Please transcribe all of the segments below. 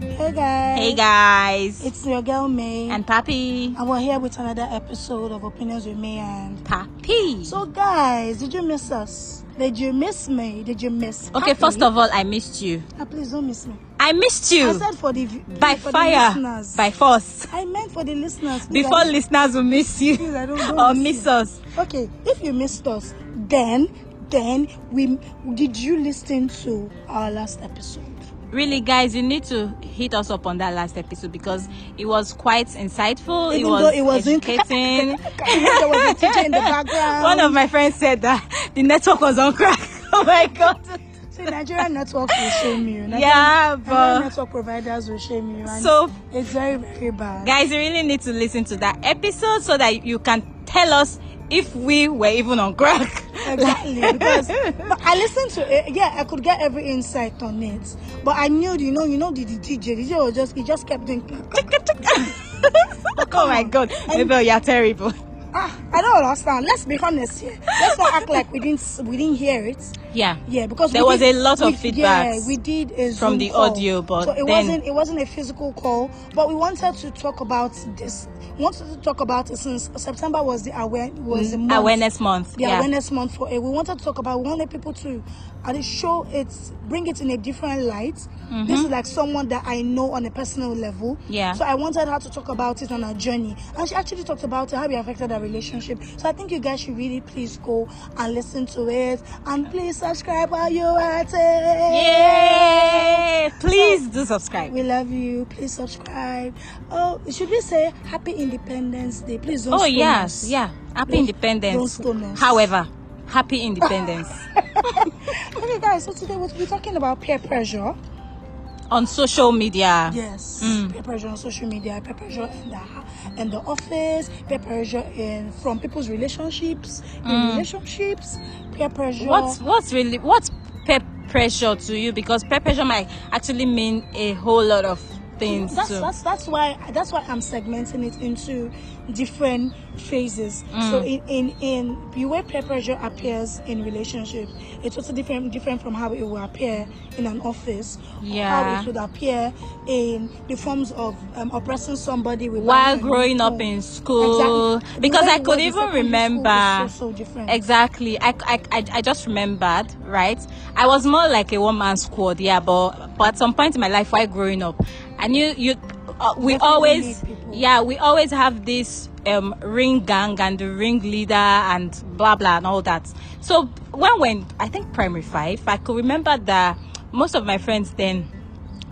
Hey guys. Hey guys. It's your girl May. and Papi. and we're here with another episode of Opinions with May and Papi. So guys, did you miss us? Did you miss me? Did you miss okay, Papi? first of all, I missed you. Ah, please don't miss me. I missed you. I said for the by for fire. the listeners. By force. I meant for the listeners. Please, Before I- listeners will miss Please, you I don't, or don't miss you. us. Okay, if you missed us, then then we did you listen to our last episode? Really, guys, you need to hit us up on that last episode because it was quite insightful. Even it was though it wasn't- educating. there was a teacher in the background. One of my friends said that the network was on crack. oh my god. See, Nigerian network will shame you. Nigerian, Yeah, Nigerian but network providers will shame you. And so it's very, very bad. guys you really need to listen to that episode so that you can tell us if we were even on crack Exactly. because but I listened to it. Yeah, I could get every insight on it. But I knew, you know, you know, the, the DJ, the DJ was just, he just kept doing. oh my god Mabel, you're terrible Ah, I don't understand. Let's be honest here. Let's not act like we didn't, s- we didn't hear it. yeah Yeah, because There we was did- a lot of we- feedbacks Yeah, we did a Zoom from the call. audio, but so it then- wasn't it wasn't a physical call. But we wanted to talk about this. We wanted to talk about it since September was the aware was the month, awareness month the yeah awareness month for it. We wanted to talk about. We wanted people to and show it, bring it in a different light. This is like someone that I know on a personal level. Mm-hmm. Yeah. So I wanted her to talk about it on her journey, and she actually talked about it, how it affected her relationship. So I think you guys should really please go and listen to it, and please subscribe while you're at it. yay please do subscribe We love you. Please subscribe. Oh, should we say Happy Independence Day? Please don't. oh stone yes us. yeah happy Don't- independence don't stone us. however happy independence Okay, guys. So today we'll be talking about peer pressure. on social media Yes. Mm. Peer pressure on social media, peer pressure in the in the office, peer pressure in from people's relationships, in relationships, peer pressure. Mm. what's what's really what's peer pressure to you because peer pressure might actually mean a whole lot of things that's, too. that's that's why that's why I'm segmenting it into different phases. Mm. So in, in in the way peer pressure appears in relationship, it's also different different from how it will appear in an office. or How Yeah. it would appear in the forms of um, oppressing somebody with while language. growing up Oh. in school Exactly. because The way i we could were in even secondary remember school is so, so different. exactly I, I i I just remembered right i was more like a one-man squad yeah but but at some point in my life while growing up i knew you uh, we Definitely always need people. yeah we always have this um ring gang and the ring leader and blah blah and all that so when when i think primary five i could remember that most of my friends then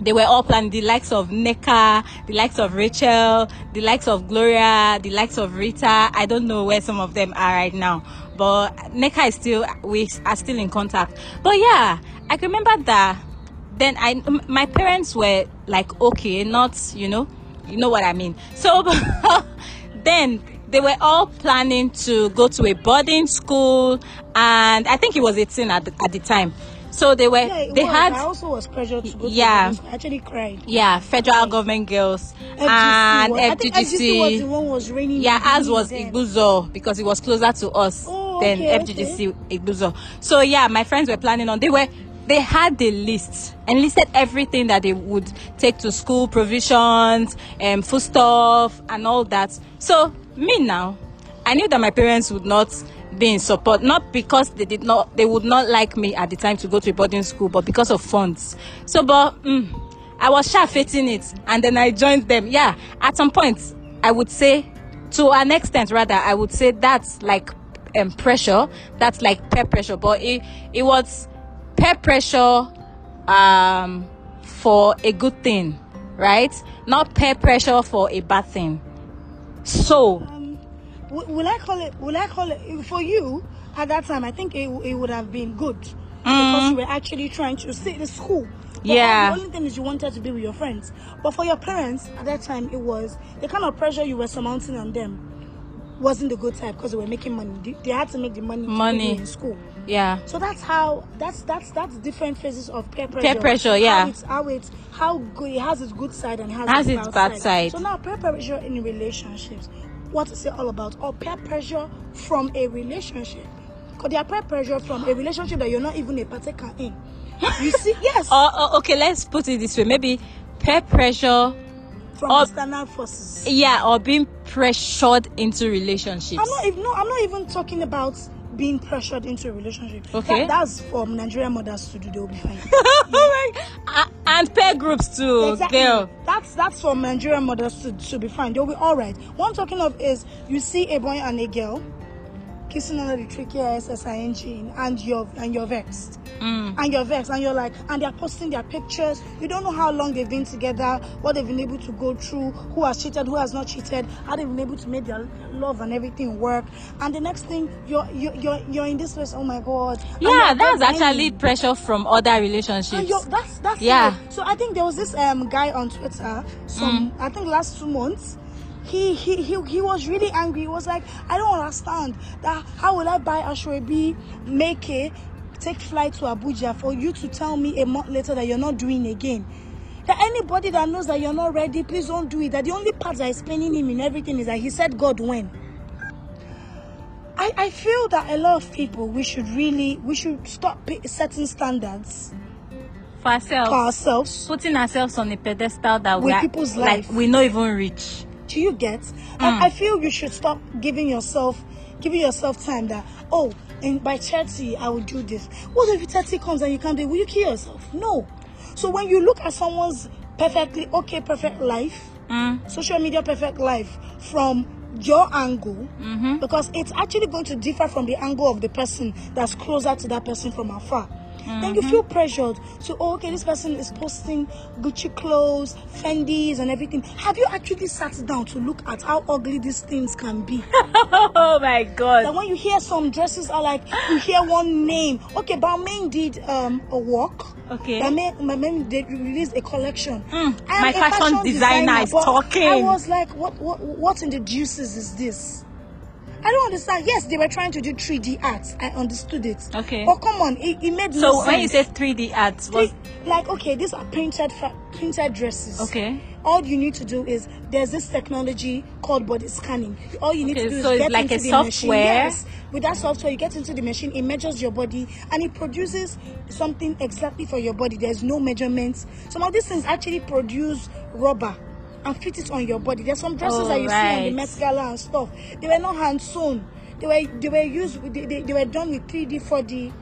they were all planning the likes of Neka, the likes of Rachel, the likes of Gloria, the likes of Rita. I don't know where some of them are right now, but Neka is still we are still in contact. But yeah, I can remember that. Then I m- my parents were like okay, not you know, you know what I mean. So then they were all planning to go to a boarding school, and I think it was 18 at the, at the time. So they were Yeah, it Eh, they was. had I also was pressured to go. Yeah. To the I actually cried. yeah federal government girls FGC and was- I think FGC was the fggc one was raining. yeah as was then. igbuzo because it was closer to us Oh, than okay, fggc igbuzo so yeah my friends were planning on they were they had the list and listed everything that they would take to school provisions um, foodstuff and all that so me now i knew that my parents would not be in support not because they did not they would not like me at the time to go to a boarding school but because of funds so but mm, I was sure fitting it and then I joined them. Yeah, at some point, I would say, to an extent rather, I would say that's like um, pressure, that's like peer pressure, but it, it was peer pressure um, for a good thing, right? Not peer pressure for a bad thing. So, W- Will I call it? Will I call it for you? At that time, I think it, w- it would have been good because you were actually trying to stay in school. But Mm. Yeah. all- The only thing is you wanted to be with your friends, but for your parents at that time, it was the kind of pressure you were surmounting on them wasn't the good type because they were making money. They, they had to make the money to keep Money. you in school. yeah. So that's how that's that's that's different phases of peer pressure. pressure, yeah. How it's how it's how good it has its good side and has, Has its bad side. So now peer pressure in relationships, what is it all about? Or peer pressure from a relationship? Because there are peer pressure from a relationship that you're not even a partaker in. You see, yes. Or, or okay, let's put it this way. Maybe peer pressure from Or- external forces. yeah or being pressured into relationships I'm not even no, I'm not even talking about being pressured into a relationship. Okay. That, that's for Nigerian mothers to do, they'll be fine. oh my A- and peer groups too Oh, girl "Hmm, That's that's for Nigerian mothers to, to be fine. They'll be alright. What I'm talking of is you see a boy and a girl kissing under the tricky SSIN gene and you're and you're vexed. Mm. And you're vexed and you're like and they're posting their pictures. You don't know how long they've been together, what they've been able to go through, who has cheated, who has not cheated, how they've been able to make their love and everything work. And the next thing you're you're you're, you're in this place, oh my god. And yeah you're that's crying. actually pressure from other And relationships Oh, yo, that's that's Yeah. it. So I think there was this um guy on Twitter some I think last two months. He, he he he was really angry. He was like, I don't understand that how will I buy Ashwebi, make it, take flight to Abuja for you to tell me a month later that you're not doing again. That anybody that knows that you're not ready, please don't do it. That the only part that is paining him in everything is that he said God when. I, I feel that a lot of people we should really we should stop p- setting standards for for ourselves ourselves. putting ourselves on a pedestal that we With are people's like life. we not even reach Do you get? And I feel you should stop giving yourself giving yourself time that oh and by thirty I will do this. What if thirty comes and you can't do it? Will you kill yourself? No. So when you look at someone's perfectly okay perfect life, social media perfect life from your angle because it's actually going to differ from the angle of the person that's closer to that person from afar. Then you feel pressured to oh, okay, this person is posting Gucci clothes, Fendi's, and everything. Have you actually sat down to look at how ugly these things can be? oh my Like god when you hear some dresses are like you hear one name. Okay, Balmain did um a walk. Okay. Hmm. Balmain, Balmain did release a collection. I am my a fashion designer is but I talking. was like, what what what in the deuces is this? I don't understand. Yes, they were trying to do 3D art. I understood it. Okay. But come on, it, it made no so sense. when you say 3d art was like okay, these are printed fa- printed dresses. Okay. All you need to do is there's this technology called body scanning. All you need Okay, to do so is it's get like into a the machine. software? Yes. With that software, you get into the machine, it measures your body and it produces something exactly for your body. There's no measurements. Some of these things actually produce rubber and fit it on your body. There's some dresses Oh, that you see on the right. Met Gala and stuff. They were not hand sewn. They were they were used with- they, they, they were done with 3D, 4D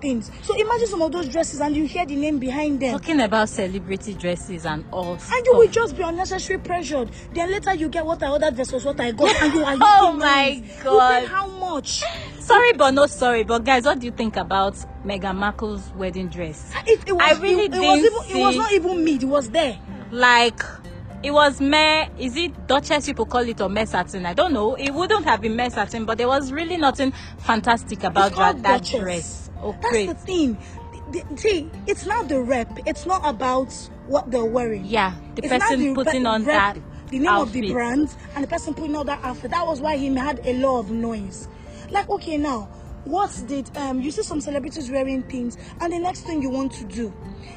things. So imagine some of those dresses and you hear the name behind them. talking about celebrity dresses and all stuff. And you will just be unnecessarily pressured. Then later you get what I ordered versus what I got, and you are Oh looking my nice. You God. paid how much? sorry but not sorry but guys what do you think about Meghan Markle's wedding dress It, it was, I really it, it was didn't even, It was see- not even me. It was there. like it was mere is it duchess people call it or mere satin i don't know it wouldn't have been mere satin but there was really nothing fantastic about it's dra- called that Duchess. dress oh That's great the thing. The- the- See, it's not the rep. It's not about what they're wearing. yeah the It's not person the putting pe- on rep, that the name outfit. of the brand and the person putting on that outfit. That was why he had a lot of noise. Like, okay, now what did um you see some celebrities wearing things and the next thing you want to do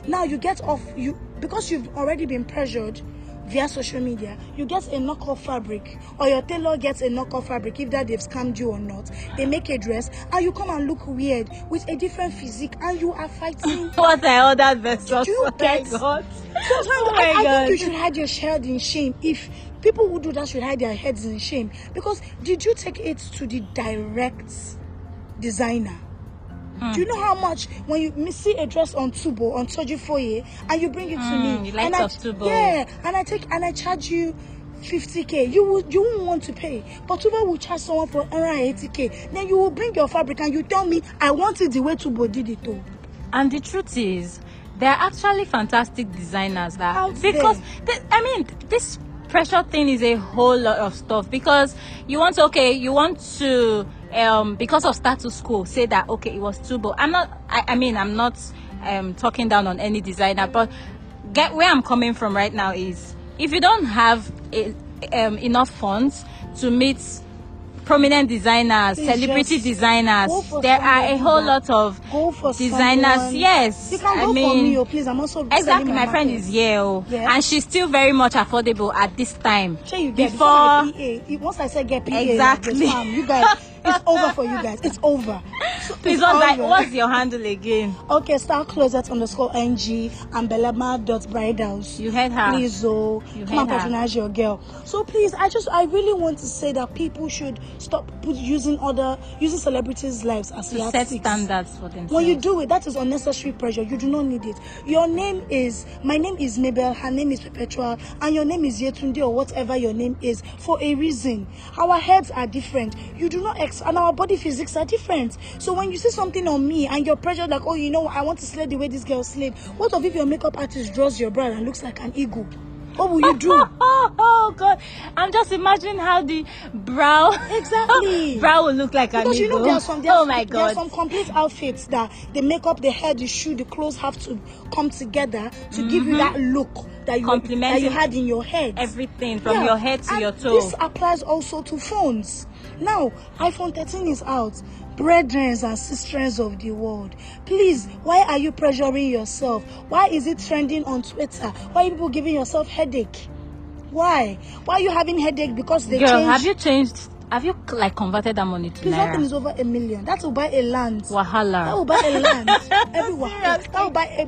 now you get off you because you've already been pressured via social media you get a knockoff fabric or your tailor gets a knockoff fabric if that they've scammed you or not they make a dress and you come and look weird with a different physique and you are fighting what i ordered versus Do you what i get- got Sometimes oh I, my I think you god should hide your head in shame. If people who do that should hide their heads in shame, because did you take it to the direct designer? Hmm. Do you know how much when you miss- see a dress on Tubo on Toji Foye and you bring it to Mm, me? the likes and I, of Tubo. Yeah, and I take and I charge you. 50k you would you won't want to pay but Tubo will charge someone for around 80k then you will bring your fabric and you tell me i want it the way Tubo did it though and the truth is there are actually fantastic designers that Out there. because th- i mean this pressure thing is a whole lot of stuff because you want okay you want to um because of status quo say that okay it was tubo i'm not i, I mean i'm not um talking down on any designer but get where i'm coming from right now is if you don't have a, um, enough funds to meet prominent designers Please celebrity just designers go for there are a someone whole that- lot of go for designers someone. yes you can i go mean for me oh please i'm also exactly selling my, friend market. is here oh, Yeah. and she's still very much affordable at this time Sure you get before, before I PA. Once I said get PA, Exactly. like this, fam, you guys, It's over for you guys. It's over. So Please, it's what's, that, over. what's your handle again? Okay, star closet underscore ng and belema dot bridals. You heard her. Please, oh, You come and heard her. patronize your girl. So please, I just, I really want to say that people should stop put, using other, using celebrities' lives as To set yardsticks. standards for themselves. When you do it, that is unnecessary pressure. You do not need it. Your name is, my name is Mabel, her name is Perpetual, and your name is Yetunde or whatever your name is for a reason. Our heads are different. You do not, ex- and our body physics are different. So when you see something on me and you're pressured, like, oh, you know, I want to slay the way this girl slayed, what of if your makeup artist draws your brow and looks like an eagle? What will you do? Oh, oh god! I'm just imagining how the brow Exactly. brow will look like Because an you know eagle. there are some there are, oh my there are god! some complete outfits that the makeup, the hair, the shoe, the clothes have to come together to give Mm-hmm. you that look that you that you Complementing had in your head. Everything from Yeah. your head to And your toe. This applies also to phones. Now, iPhone 13 is out. Brethren and sisters of the world, please, why are you pressuring yourself? Why is it trending on Twitter? Why are people giving yourself headache? Why? Why are you having headache because they Girl, changed? have you changed? Have you like converted that money to Please, that thing naira? is over a million. That will buy a land. Wahala. That will buy a land everywhere. That will buy a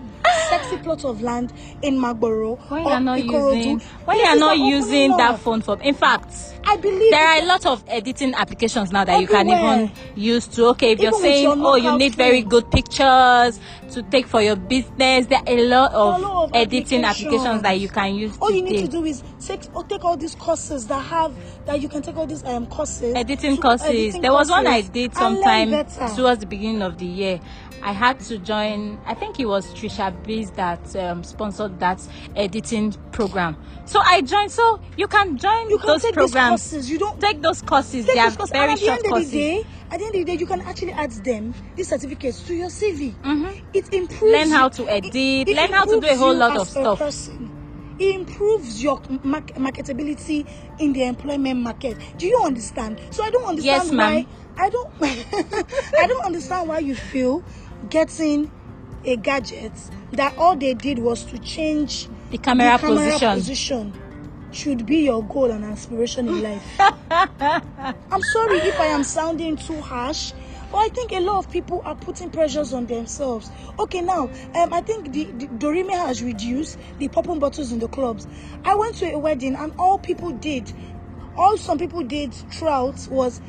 sexy plot of land in Magboro. Why you or are not Ikorodu. using? Why These you are things not opening using up. that phone for? In fact, I believe there are a lot of editing applications now that you can even Everywhere. use to. Okay, if Even you're with saying, your oh, you knockout need very phone. good pictures to take for your business, there are a lot a of, lot of editing applications that you can use. all you need today. to do is take or take all these courses that have that you can take all these um courses. editing to- courses. editing there was one I courses did and learn sometime better. towards the beginning of the year. I had to join. I think it was Trisha Bees that um, sponsored that editing program. So I joined. So you can join You can those take these programs. courses. You don't- take those courses. Take they are this course, very and at the short end of courses. the day, at the end of the day, you can actually add them these certificates to your CV. Mhm. It improves. Learn how you- to it- edit, it learn how to do a improves whole you lot as of a stuff. person. It improves your mar- marketability in the employment market. Do you understand? So I don't understand Yes, ma'am. why I don't. I don't understand why you feel getting a gadget that all they did was to change The camera position. position should be your goal and aspiration in life. I'm sorry if I am sounding too harsh, but I think a lot of people are putting pressures on themselves. Okay, now, um, I think the, the Dorime has reduced the popping bottles in the clubs. I went to a wedding and all people did, all some people did throughout was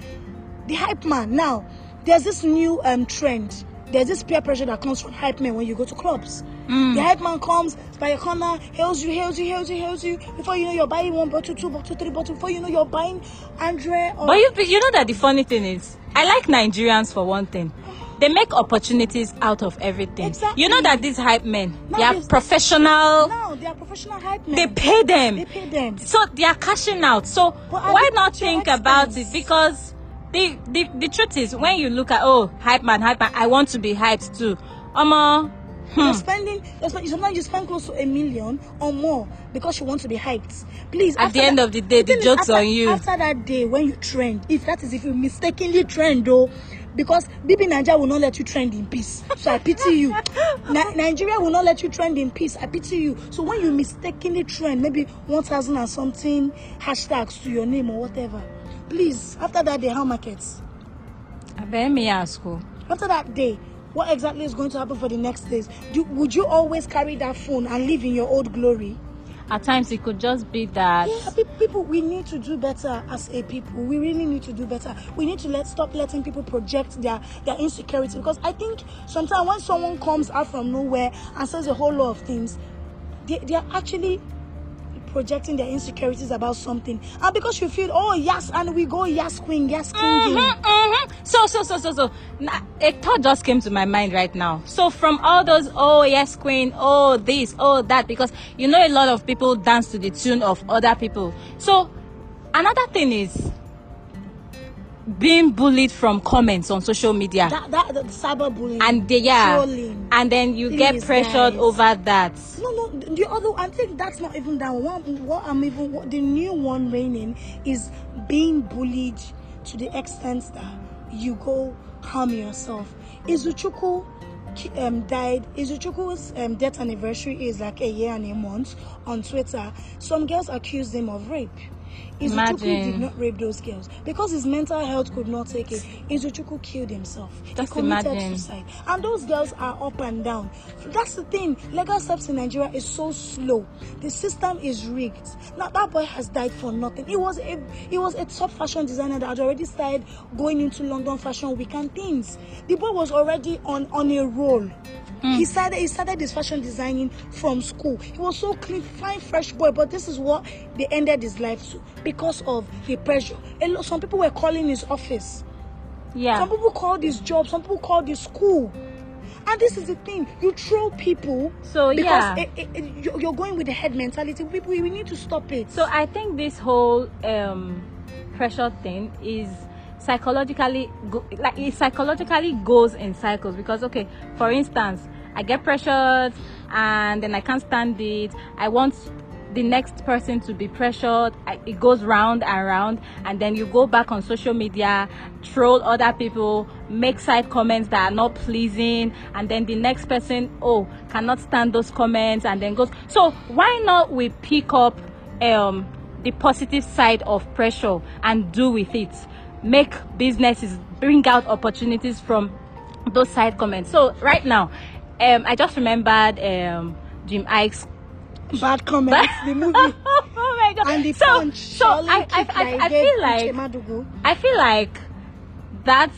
the hype man. Now, there's this new um, trend. There's this peer pressure that comes from hype men when you go to clubs. Mm. The hype man comes by your corner, hails you, hails you, hails you, hails you. Before you know, you're buying one bottle, two bottle, three bottle. Before you know, you're buying Andre or But you, you know that the funny thing is, I like Nigerians for one thing. They make opportunities out of everything. You Exactly. know that these hype men, Now they are this- professional. No, they are professional hype men. They pay them. They pay them. So they are cashing out. So But at why the- not to think what about it? extent? Because the, the the truth is, when you look at oh hype man, hype man, I want to be hyped too. Omo, You're spending. You're spend, sometimes you spend close to a million or more because you want to be hyped. Please. At after the end that- of the day, the thing is, joke's after- on you. After that day, when you trend, if that is if you mistakenly trend though, because BB Nigeria will not let you trend in peace. So I pity you. Ni- Nigeria will not let you trend in peace. I pity you. So when you mistakenly trend, maybe one thousand and something hashtags to your name or whatever. Please, after that day, how markets? let me ask you. after that day what exactly is going to happen for the next days Do, would you always carry that phone and live in your old glory At times it could just be that. yeah pe- people we need to do better as a people we really need to do better we need to let stop letting people project their their insecurity because i think sometimes when someone comes out from nowhere and says a whole lot of things they, they are actually projecting their insecurities about something and because you feel oh yes and we go yes queen yes king Mhm, mhm. So, so, so, so, so. Na- A thought just came to my mind right now. So, from all those, oh, yes, queen, oh, this, oh, that, because you know a lot of people dance to the tune of other people. So, another thing is being bullied from comments on social media. that, that, that cyberbullying Mm-hmm. and they, yeah. trolling. And then you get Please, pressured guys. over that. No, no, th- the other I think that's not even that one. What I'm even what, the new one reigning is being bullied to the extent that you go harm yourself. Izuchuku ki- um, died. Izuchuku's um, death anniversary is like a year and a month on Twitter. Some girls accused him of rape. Izuchuku did Imagine. not rape those girls because his mental health could not take it. Izuchuku killed himself. Just he committed imagine. suicide. And those girls are up and down. That's the thing. Legal steps in Nigeria is so slow. The system is rigged. Now that boy has died for nothing. He was a he was a top fashion designer that had already started going into London fashion week and things. The boy was already on on a roll. He started he started his fashion designing from school. He was so clean, fine, fresh boy. But this is what they ended his life to because of the pressure. A lot, some people were calling his office. Yeah. Some people call this job, some people call this school. And this is the thing, you throw people So, because yeah. it, it, it- you- you're going with the head mentality. People, we need to stop it. So I think this whole um, pressure thing is psychologically go- like it psychologically goes in cycles because okay, for instance, I get pressured and then I can't stand it. I want the next person to be pressured. I, it goes round and round, and then you go back on social media, troll other people, make side comments that are not pleasing, and then the next person oh cannot stand those comments, and then goes. So why not we pick up um, the positive side of pressure and do with it. Make businesses bring out opportunities from those side comments. So right now, um, I just remembered um, Jim Ike's. Bad comments, the movie. oh my god! And the so, punch. so Shaolin I, I, kick I, that he I gave feel Uche like Madugu. I feel like that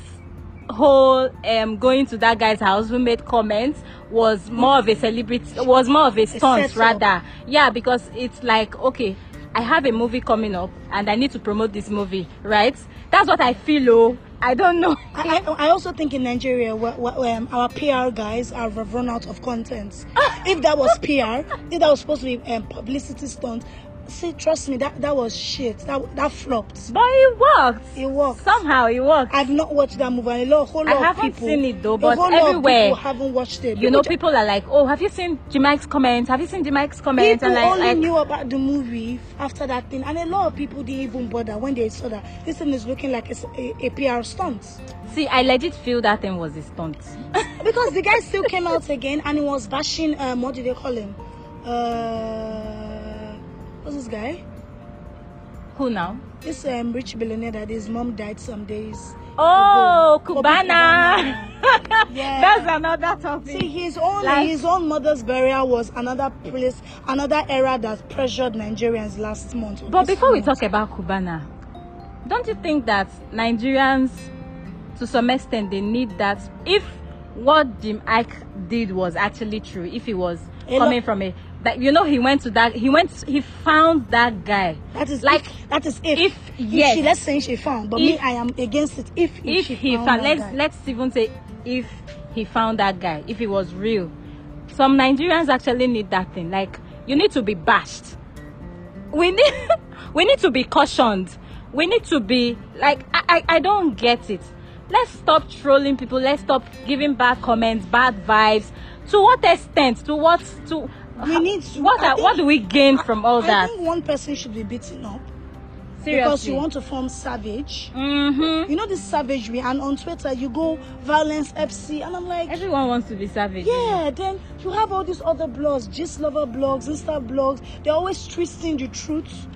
whole um going to that guy's house who made comments was more of a celebrity was more of a stunt setup. rather yeah because it's like okay i have a movie coming up and i need to promote this movie right that's what i feel oh i don't know I, I, I also think in Nigeria, we um, our PR guys have run out of content. if that was PR, if that was supposed to be um, publicity stunt, see, trust me, that, that was shit. That, that flopped. but it worked It worked. somehow it worked I've not watched that movie. and A lot, whole I lot of haven't people. seen it though, a but whole everywhere, lot of people haven't watched it. you know people, people are like oh have you seen Jamaica's comments have you seen Jamaica's ju- comments people and like, only like knew about the movie after that thing, and a lot of people didn't even bother when they saw that this thing is looking like it's a, a PR stunt. see i legit feel that thing was a stunt Because the guy still came out again and he was bashing. Um, what do they call him? Uh, what's this guy? who now This um, rich billionaire that his mom died some days. Oh, ago. Cubana. Kobe Cubana. yeah. That's another See, topic. his own Like- his own mother's burial was another place, another era that pressured Nigerians last month. But This before we month. talk about Cubana, don't you think that Nigerians, to some extent, they need that? If what Jim Ike did was actually true, if he was A lot- coming from a that you know he went to that he went he found that guy that is like like that is if if- yes. she let's say she found, but me If- I am against it. If if she he found found, that let's guy. let's even say if he found that guy if he was real some nigerians actually need that thing like you need to be bashed we need we need to be cautioned we need to be like i i, I don't get it let's stop trolling people let's stop giving bad comments bad vibes to what extent to what to We need to- what I are, think- what do we gain from all I that think one person should be beaten up seriously because you want to form savage. mm-hmm. You know this savagery, and on Twitter you go violence FC, and I'm like, everyone wants to be savage Yeah, then you have all these other blogs, just lover blogs, Insta blogs. They're always twisting the truth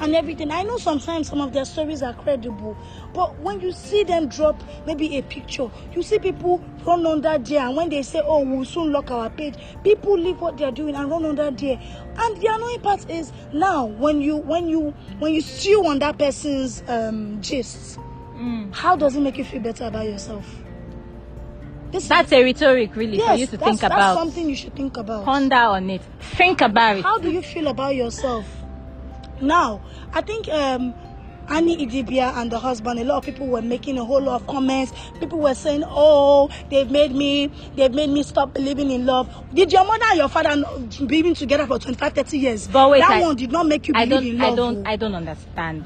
and everything. I know sometimes some of their stories are credible, but when you see them drop maybe a picture, you see people run under there, and when they say, "Oh, we'll soon lock our page," people leave what they're doing and run under there. And the annoying part is now when you when you when you stew on that person's um, gist, how does it make you feel better about yourself? This is that's a rhetoric really for you to that's, think that's about something you should think about. ponder on it think about it How do you feel about yourself? Now, I think um, Annie Idibia and the husband, a lot of people were making a whole lot of comments. People were saying, "Oh, they've made me, they've made me stop believing in love." Did your mother and your father not- be living together for 25, 30 years? But wait, that I- one did not make you i believe in love. don't i don't oh. i don't understand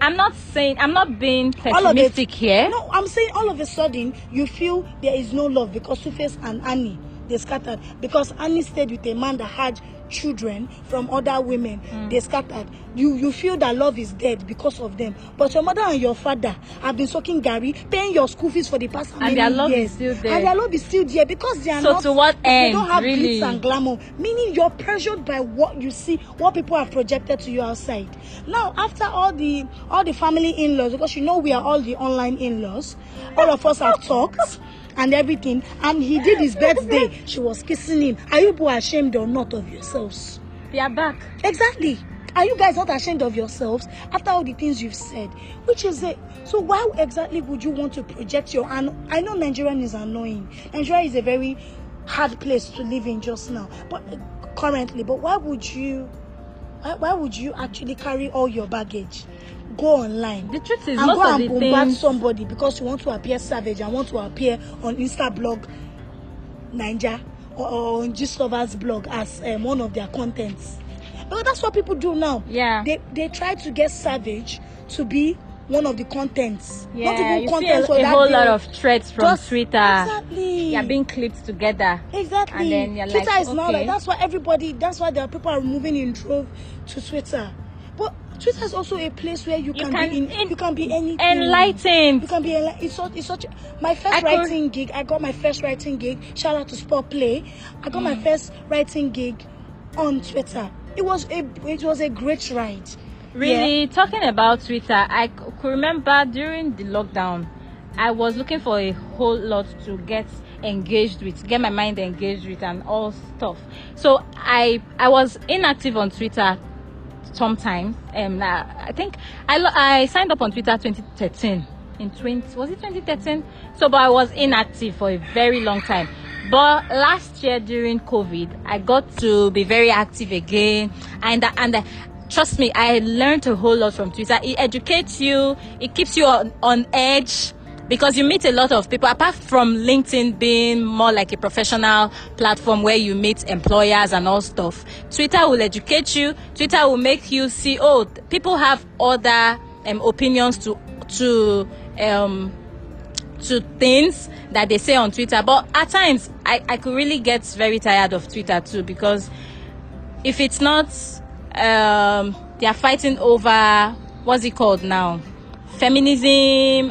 i'm not saying i'm not being all of it. pessimistic here No, I'm saying all of a sudden you feel there is no love because Sufes and Annie they scattered because Annie stayed with a man that had children from other women. Hmm. They scattered. You you feel that love is dead because of them. But your mother and your father have been sucking Gary, paying your school fees for the past how And many their love years. is still there. And their love is still there because they are So not. to what they end, don't have really? glitz and glamour. Meaning you're pressured by what you see, what people have projected to you outside. Now after all the all the family in-laws, because you know we are all the online in-laws. All of us have talked. And everything, and he did his birthday. She was kissing him. Are you people ashamed or not of yourselves? They are back. Exactly. Are you guys not ashamed of yourselves after all the things you've said? Which is it? So why exactly would you want to project your? And I know Nigerian is annoying. Nigeria is a very hard place to live in just now, but uh, currently. But why would you? Why, why would you actually carry all your baggage? Go online. The truth is, and most go of and the bombard things- somebody because you want to appear savage and want to appear on Insta blog Ninja or, or on Gislover's blog as um, one of their contents. But that's what people do now. Yeah. They they try to get savage to be one of the contents. Yeah, Not even you see contents a, for a that whole day. lot of threads from Just- Twitter. Exactly. You're being clipped together. Exactly. And then you're Twitter like, is not okay. like that's why everybody that's why there are people are moving in drove to Twitter. But Twitter is also a place where you, can, can be in, en- you can be anything. Enlightened. You can be enli- it's such it's such my first I could- writing gig. I got my first writing gig. Shout out to Sport Play. I got Mm. my first writing gig on Twitter. It was a it was a great ride. Really, talking about Twitter, I c- could remember during the lockdown, I was looking for a whole lot to get engaged with, get my mind engaged with, and all stuff. So I I was inactive on Twitter sometimes. Um, I I think I lo- I signed up on Twitter 2013. In 20 was it 2013? So, but I was inactive for a very long time. But last year during COVID, I got to be very active again, and I- and I- trust me, I learned a whole lot from Twitter. It educates you, it keeps you on, on edge because you meet a lot of people apart from linkedin being more like a professional platform where you meet employers and all stuff twitter will educate you twitter will make you see oh th- people have other um, opinions to to um to things that they say on twitter but at times i i could really get very tired of twitter too because if it's not um they are fighting over what's it called now feminism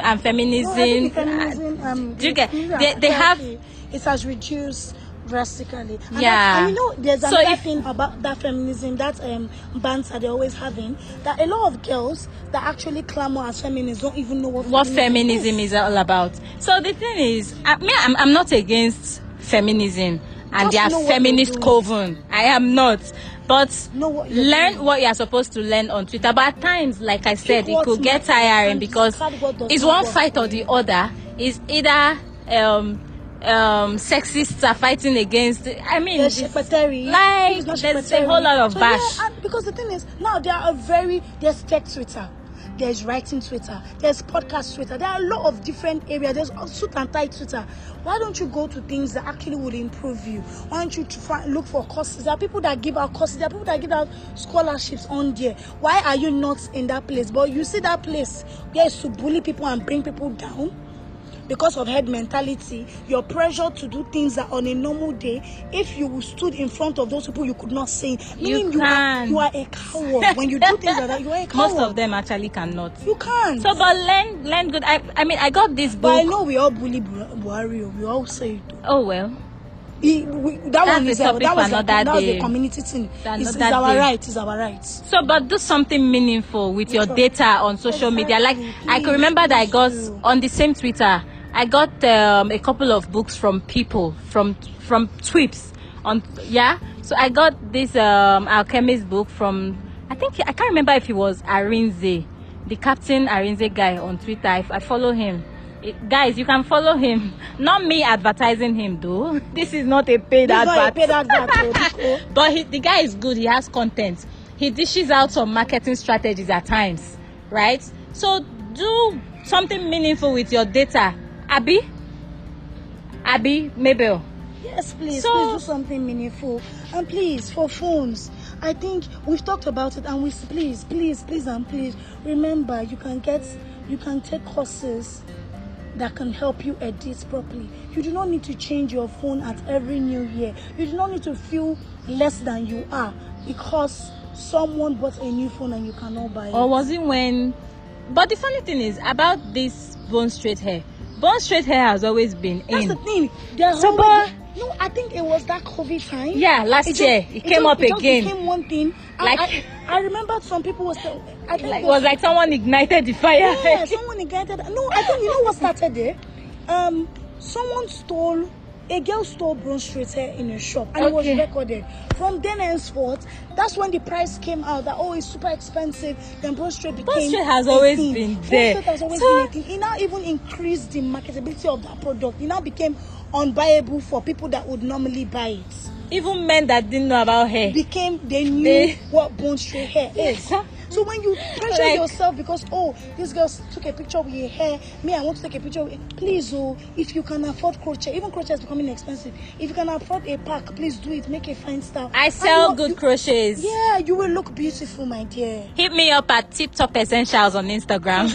No, and Oh, I think feminism, Uh, the feminism, um, do you the get- feminism they- they have- patriarchy, it has reduced drastically. And Yeah. that- and you know, there's So another if- thing about that feminism, that um banter they're always having, that a lot of girls that actually clamor as feminists don't even know what what feminism feminism is all about so the thing is i mean i'm, I'm not against feminism Just and their know what you're feminist doing. coven i am not but Know what you're learn doing. what you're supposed to learn on twitter but at times like i said it what could matters get tiring and because discard what does it's not one work fight for or the other it's either um um sexists are fighting against i mean there's it's- secretary. like, It's not there's a secretary. whole lot of so, bash. Yeah, and because the thing is, now there are very there's tech Twitter, there's writing Twitter, there's podcast Twitter. There are a lot of different areas. There's also suit and tie Twitter. Why don't you go to things that actually would improve you? Why don't you to find, look for courses? There are people that give out courses. There are people that give out scholarships on there. Why are you not in that place? But you see that place where it's to bully people and bring people down because of head mentality, your pressure to do things that on a normal day, if you stood in front of those people, you could not say. Meaning can't. you are you are a coward when you do things like that. You are a coward. most of them actually cannot you can't. so but learn learn good i i mean i got this but I book know we all bully Bu- Buhari. oh, We all say it. oh well He- we- that That's one a is our, topic that for was a- another that was day. the community thing. For It's, it's another our day. right. It's our right. So, but do something meaningful with your data on social media. Like Exactly, I can remember that I please got do. on the same Twitter. I got um, a couple of books from people from from Twips on yeah. So I got this um, alchemist book from I think I can't remember if it was Arinze, the Captain Arinze guy on Twitter. I, I follow him. It- guys, you can follow him. Not me advertising him though. This is not a paid This is advert. not a paid advert, oh, Biko. but he, the guy is good he has content he dishes out some marketing strategies at times right so do something meaningful with your data abi abi mabel Yes, please, So- please do something meaningful. And please, for phones, I think we've talked about it and we please, please, please and please remember you can get you can take courses that can help you edit properly. You do not need to change your phone at every new year. You do not need to feel less than you are because someone bought a new phone and you cannot buy it. or was it when but the funny thing is about this bone straight hair bone straight hair has always been That's in the thing. There's So, always- no, I think it was that COVID time. yeah last It just- year it, came just- up it just again became one thing. I- Like- I, I, remembered some people was. tell- I think like, it it was like someone ignited the fire yeah, someone ignited. No, I think you know what started there. Um, someone stole. A girl stole bronze straight hair in a shop and it was Okay. recorded. From then henceforth, that's when the price came out that oh it's super expensive. Then bronze straight became straight has a always thing. been Bronze there. straight has always been So- a thing. It now even increased the marketability of that product. It now became unbuyable for people that would normally buy it even men that didn't know about hair became they knew They- what bone straight hair is. Yeah. So when you pressure Like- yourself because oh this girl s- took a picture with your hair, me I want to take a picture. With it. Please oh if you can afford crochet, even crochet is becoming expensive. If you can afford a pack, please do it. Make a fine style. i And sell you- good you- crochets Yeah, you will look beautiful, my dear. hit me up at tip top essentials on instagram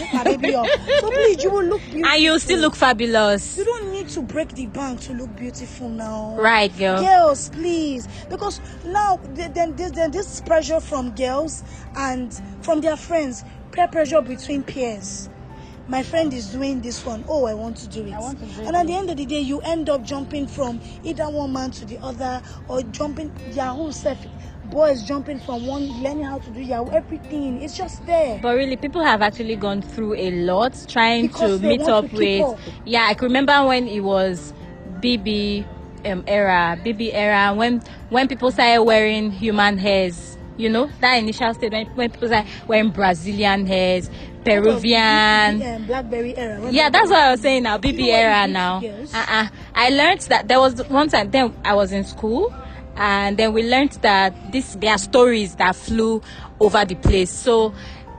Look my baby up. So please, you will look beautiful. and you still look fabulous You don't need to break the bank to look beautiful now. right girl girls please because now th- then this then this pressure from girls and from their friends peer pressure between peers my friend is doing this one. Oh, I want to do it. want to do and at the end of the day, you end up jumping from either one man to the other or jumping their whole self. Boys jumping from one, learning how to do Yahoo, everything. It's just there. But really, people have actually gone through a lot trying Because to they meet want up to keep with. up. Yeah, I can remember when it was BB um, era, BB era, when when people started wearing human hairs. You know that initial stage when, when people started wearing Brazilian hairs, Peruvian. Um, Blackberry era. when Yeah, they- that's what I was saying now. BB You know what era it is, now. girls? Uh-uh. I learned that there was one time then I was in school and then we learned that this there are stories that flew over the place. So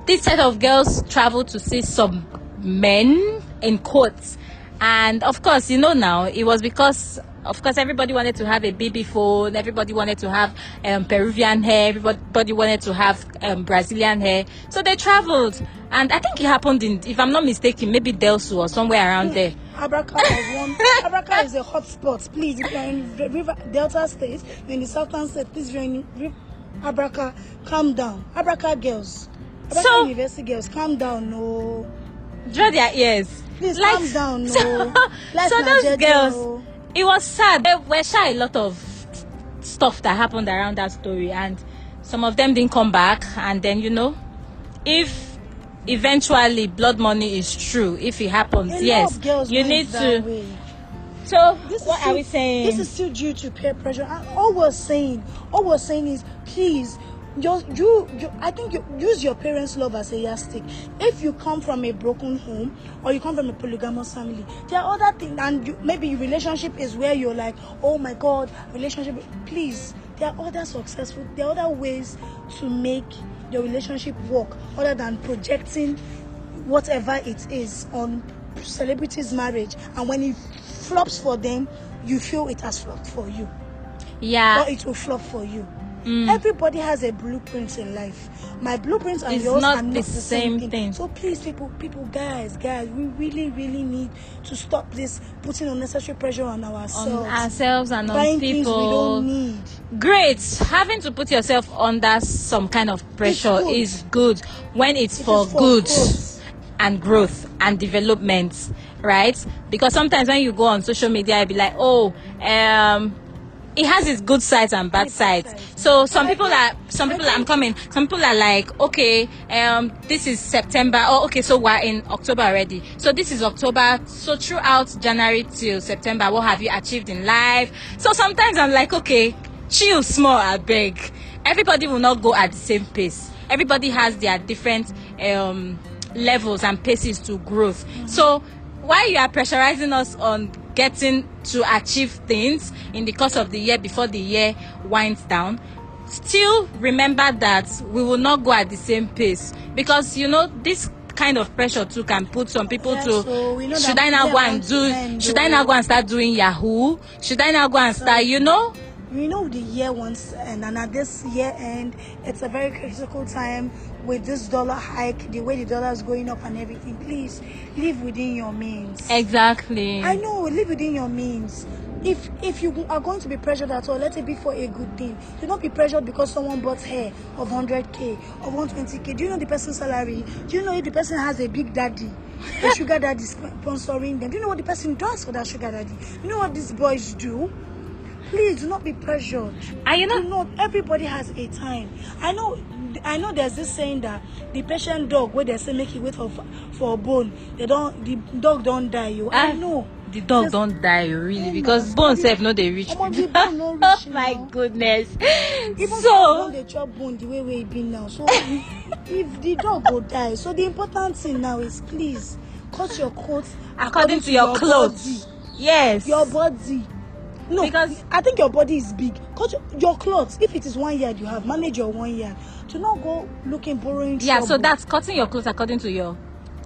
this set of girls traveled to see some men in courts. And of course, you know now, it was because of course everybody wanted to have a BB phone, everybody wanted to have um, Peruvian hair, everybody wanted to have um, Brazilian hair. So they traveled. And I think it happened in, if I'm not mistaken, maybe Delsu or somewhere around there. Abraka was one. Abraka is a hot spot. Please, if you're in the River Delta State, you're in the Southern State, please, if you're in Riv- Abraka, calm down. Abraka girls, Abraka So- University girls, calm down, no. draw their ears. Please Like- calm down, no. So, Let's so not those judge, girls, no. it was sad. There were shy a lot of stuff that happened around that story, and some of them didn't come back. And then you know, if eventually blood money is true, if it happens, A lot yes, of girls you went need that to. Way. So This is what still- are we saying? This is still due to peer pressure. And all we're saying, all we're saying is, please, just you, you I think you use your parents' love as a yardstick. If you come from a broken home or you come from a polygamous family, there are other things, and you, maybe your relationship is where you're like, oh my god, relationship. Please, there are other successful, there are other ways to make your relationship work other than projecting whatever it is on celebrities' marriage, and when it flops for them, you feel it has flopped for you, yeah. or it will flop for you. Mm. Everybody has a blueprint in life. My blueprints and It's yours not are the not the same, same thing. So please, people, people, guys, guys, we really, really need to stop this putting unnecessary pressure on on ourselves, um, ourselves and on buying things we people. don't need. Great. Having to put yourself under some kind of pressure good. is good when it's It for, is for good growth. and growth and development, right? Because sometimes when you go on social media, I'll be like, oh, um, it has its good sides and bad sides. sides. So some people are some people I'm coming. Some people are like, okay, um, this is September. Oh, okay, so we're in October already. So this is October. So throughout January till September, what have you achieved in life? So sometimes I'm like, okay, chill small, I beg. Everybody will not go at the same pace. Everybody has their different um levels and paces to growth. So while you are pressurizing us on getting to achieve things in the course of the year before the year winds down still remember that we will not go at the same pace because you know this kind of pressure too can put some people Yeah, to so we know that should i now we go never and want to do end, should i now oh. go and start doing yahoo should i now go and start you know you know the year wants to end, and at this year end, it's a very critical time with this dollar hike, the way the dollar is going up and everything. Please live within your means. Exactly. I know, live within your means. If if you are going to be pressured at all, let it be for a good thing. Do not be pressured because someone bought hair of 100k or 120k. Do you know the person's salary? Do you know if the person has a big daddy, a sugar daddy sp- sponsoring them? Do you know what the person does for that sugar daddy? You know what these boys do? Please do not be pressured. And you You know, know, everybody has a time. I know, I know. There's this saying that the patient dog, where they say make it wait for for a bone, they don't. The dog don't die. You, I Ah, know. the dog Just- don't die oh, really No, because no, bone the- sef no dey reach. Omo, the bone no reach, oh my you know. goodness. Even so, so they chop bone the way we it be now. So if the dog go die, so the important thing now is please cut your coat according, to your, clothes. body. Yes. Your body. No, Because- because I think your body is big. Cut your, your clothes. If it is one yard you have, manage your one yard. Do not go looking borrowing. yeah, so trouble. that's cutting your clothes according to your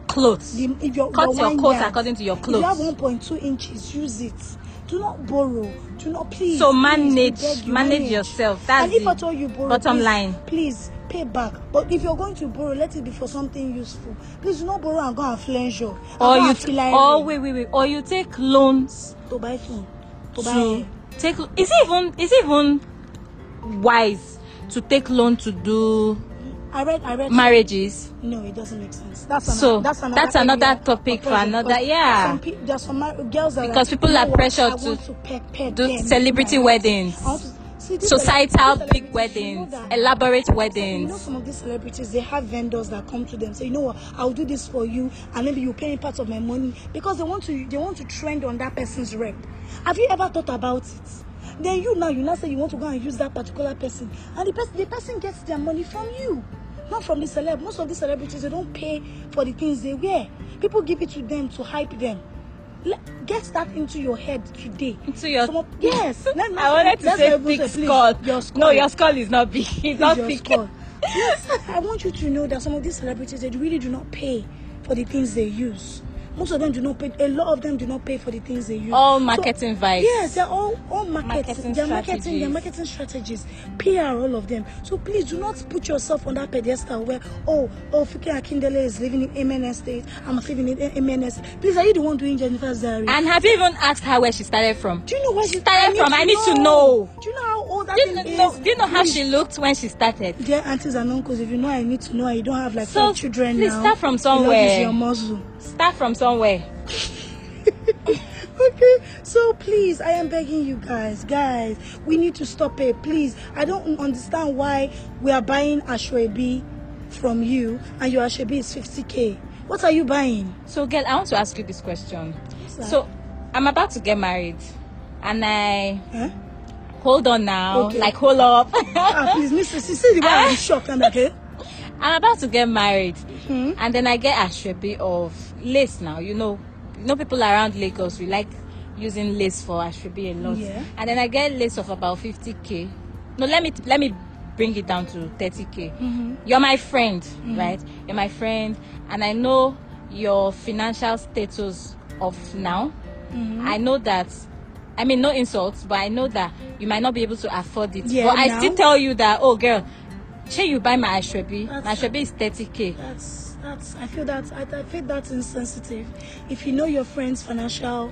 clothes. The- if your, Cut your one coat yard- according to your If you have clothes. 1.2 inches, use it. Do not borrow. Do not please. So please, we manage- beg you, manage yourself. That's and if the at all you borrow, bottom please, line. Please pay back. But if you're going to borrow, let it be for something useful. Please do not borrow and go and flinch your. and or go you and filare or wait wait wait or you take loans to buy phone, to buy. to take is it even is it even wise to take loan to do I read. I read. marriages No, it doesn't make sense. That's another, So, that's another, that's another area of topic for pressure another- because yeah. Some pe- there are some mar- girls that Because like, people "You are know what? pressured I to want to peg, peg do them, do celebrity my weddings, I want to- See, these societal cele- these big celebrities, you know weddings that- elaborate You know weddings some of these celebrities they have vendors that come to them say you know what I'll do this for you and maybe you pay me part of my money because they want to they want to trend on that person's rep. Have you ever thought about it? Then you now you now say you want to go and use that particular person and the person the person gets their money from you. Not from the celeb. Most of these celebrities they don't pay for the things they wear. People give it to them to hype them. Le- Get that into your head today. Into your- Some of- yes. Let- I wanted to let's say not even big please, skull. Your skull. No, your skull is not big. It's not Your big. skull. yes, I want you to know that some of these celebrities they really do not pay for the things they use. Most of them do not pay. A lot of them do not pay for the things they use. All marketing vibes. Yes, they're all all market, Marketing They're marketing. They're marketing strategies. strategies. PR, all of them. So please do not put yourself on that pedestal where oh oh Fike Akindele is living in MN Estate. I'm living in MN Estate. Please, are you the one doing Jennifer's diary? and have you even asked her where she started from do you know where she started from? I need to know. Do you know how old that do you, thing know, is? do you know how Please she looked when she started dear aunties and uncles, if you know I need to know, and you don't have like So, five children please now. start from love is somewhere. your muscle. start from somewhere Okay, so please, I am begging you guys, guys, we need to stop it, please. I don't understand why we are buying Ashwebi from you, and your Ashwebi is 50k. What are you buying? So, girl, I want to ask you this question. that? So, I'm about to get married, and I Huh? hold on now, Okay. like hold up. Ah, please, Mr. See, see the way Ah. I'm shocked. I'm like, eh? I'm about to get married, Mm-hmm. and then I get ashrebi of lace. Now, you know, you know people around Lagos we like using lace for ashrebi a lot, Yeah. and then I get lace of about 50k. No, let me let me bring it down to 30k. Mm-hmm. You're my friend, right? You're my friend, and I know your financial status of now. Mm-hmm. I know that. I mean, no insults, but I know that you might not be able to afford it. Yeah, but I now. still tell you that, oh, girl, shey you buy my ashrebi That's- my ashrebi is thirty k That's that's. I feel that I, I feel that's insensitive. If you know your friend's financial,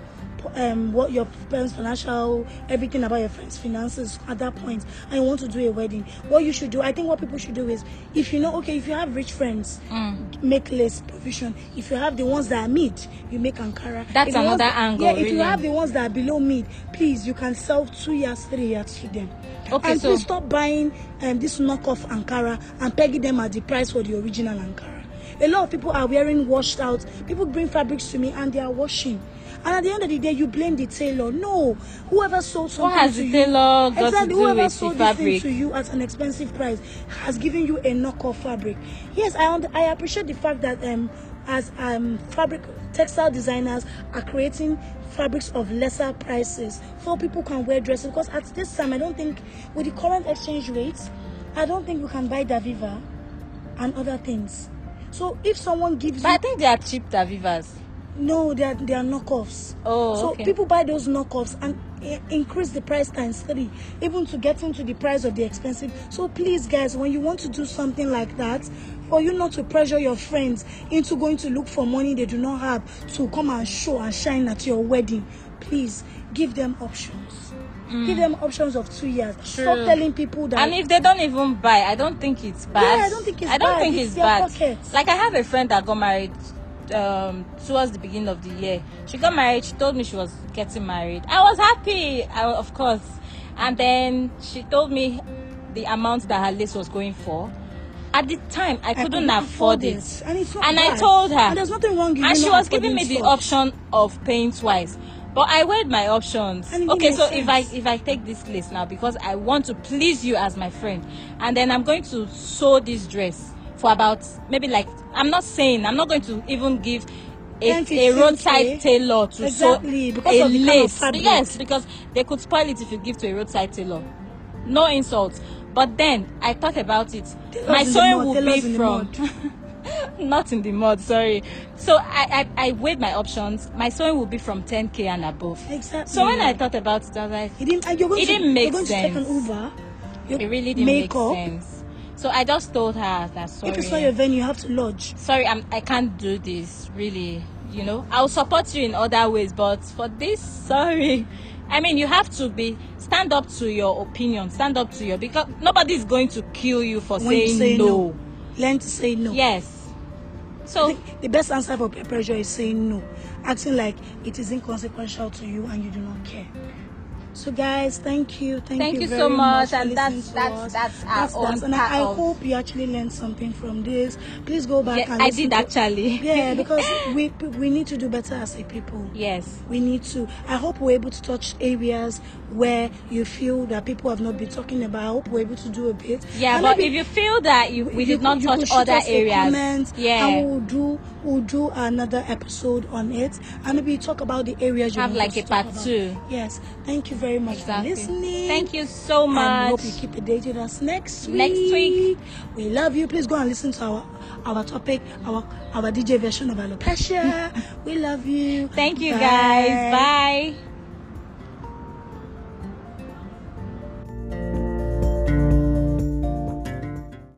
um, what your friend's financial, everything about your friend's finances at that point, and you want to do a wedding, what you should do, I think what people should do is, if you know, okay, if you have rich friends, Mm. make less provision. If you have the ones that are mid, you make Ankara. That's If the ones- another angle, Yeah, if really. you have the ones that are below mid, please, you can sell two yards, three yards to them. Okay, and so- please stop buying um, this knockoff Ankara and pegging them at the price for the original Ankara. A lot of people are wearing washed out. People bring fabrics to me and they are washing. And at the end of the day, you blame the tailor. No, whoever sold something has to the you, tailor got to exactly, do whoever with the sold this thing fabric? to you at an expensive price has given you a knockoff fabric. Yes, I und- I appreciate the fact that um as um fabric textile designers are creating fabrics of lesser prices so people can wear dresses because at this time I don't think with the current exchange rates I don't think you can buy Daviva and other things. So if someone gives but i you think they are cheap tavivas no, they are they are knockoffs. Oh, so okay. people buy those knockoffs, and i- increase the price times three, even to get into the price of the expensive. So please, guys, when you want to do something like that, for you not to pressure your friends into going to look for money they do not have to come and show and shine at your wedding, please give them options. Give them options of two years. Stop Mm. True. telling people that And if they don't even buy, I don't think it's bad. Yeah, I don't think it's I don't bad. think It's it's their bad. pocket. Like I have a friend that got married um towards the beginning of the year. She got married. She told me she was getting married. I was happy, I, of course. And then she told me the amount that her list was going for. At the time, I I couldn't, afford it. And, it's not And I bad. told her. And there's nothing wrong in And you she not was giving me affording the stuff. option of paying twice. But I weighed my options. And it Okay, made so if I sense. if I take this list now because I want to please you as my friend, and then I'm going to sew this dress for about maybe like I'm not saying I'm not going to even give a, 10, a 15K. roadside tailor to Exactly, sew because a of the kind of lace. fabric. yes, because they could spoil it if you give to a roadside tailor. No insult. But then I thought about it. Tailors my in the sewing mud, will tailors be in the from mud. not in the mud sorry so I, I i weighed my options my sewing will be from 10k and above Exactly. so when i thought about it i was like It didn't, and you're going It to, didn't you're make going to sense. take an Uber. your it really didn't makeup. make sense so i just told her that sorry If it's not your venue, you have to lodge. sorry I'm, i can't do this really you know i'll support you in other ways but for this sorry i mean you have to be stand up to your opinion stand up to your because nobody's going to kill you for When you saying say no. no, learn to say no. yes I so think the best answer for peer pressure is saying no, acting like it is inconsequential to you and you do not care. So, guys, thank you, thank, Thank you, you so very much, for and listening that's- to that's- us. that's our own and part I, I of- hope you actually learned something from this. Please go back yeah, and i listen did to- actually Yeah, because we we need to do better as a people. yes We need to. I hope we're able to touch areas where you feel that people have not been talking about. I hope we're able to do a bit. Yeah, And but maybe if you feel that you, we you did could- not you could touch shoot other us a areas, comment yeah, and we'll do we'll do another episode on it, and maybe talk about the areas you Have want like us a to talk part about. two. Yes, thank you very much exactly. for listening. Thank you so And we much. hope you keep the date with us next week. Next week. We love you. Please go and listen to our our topic, our our DJ version of alopecia. we love you. Thank you guys. Bye.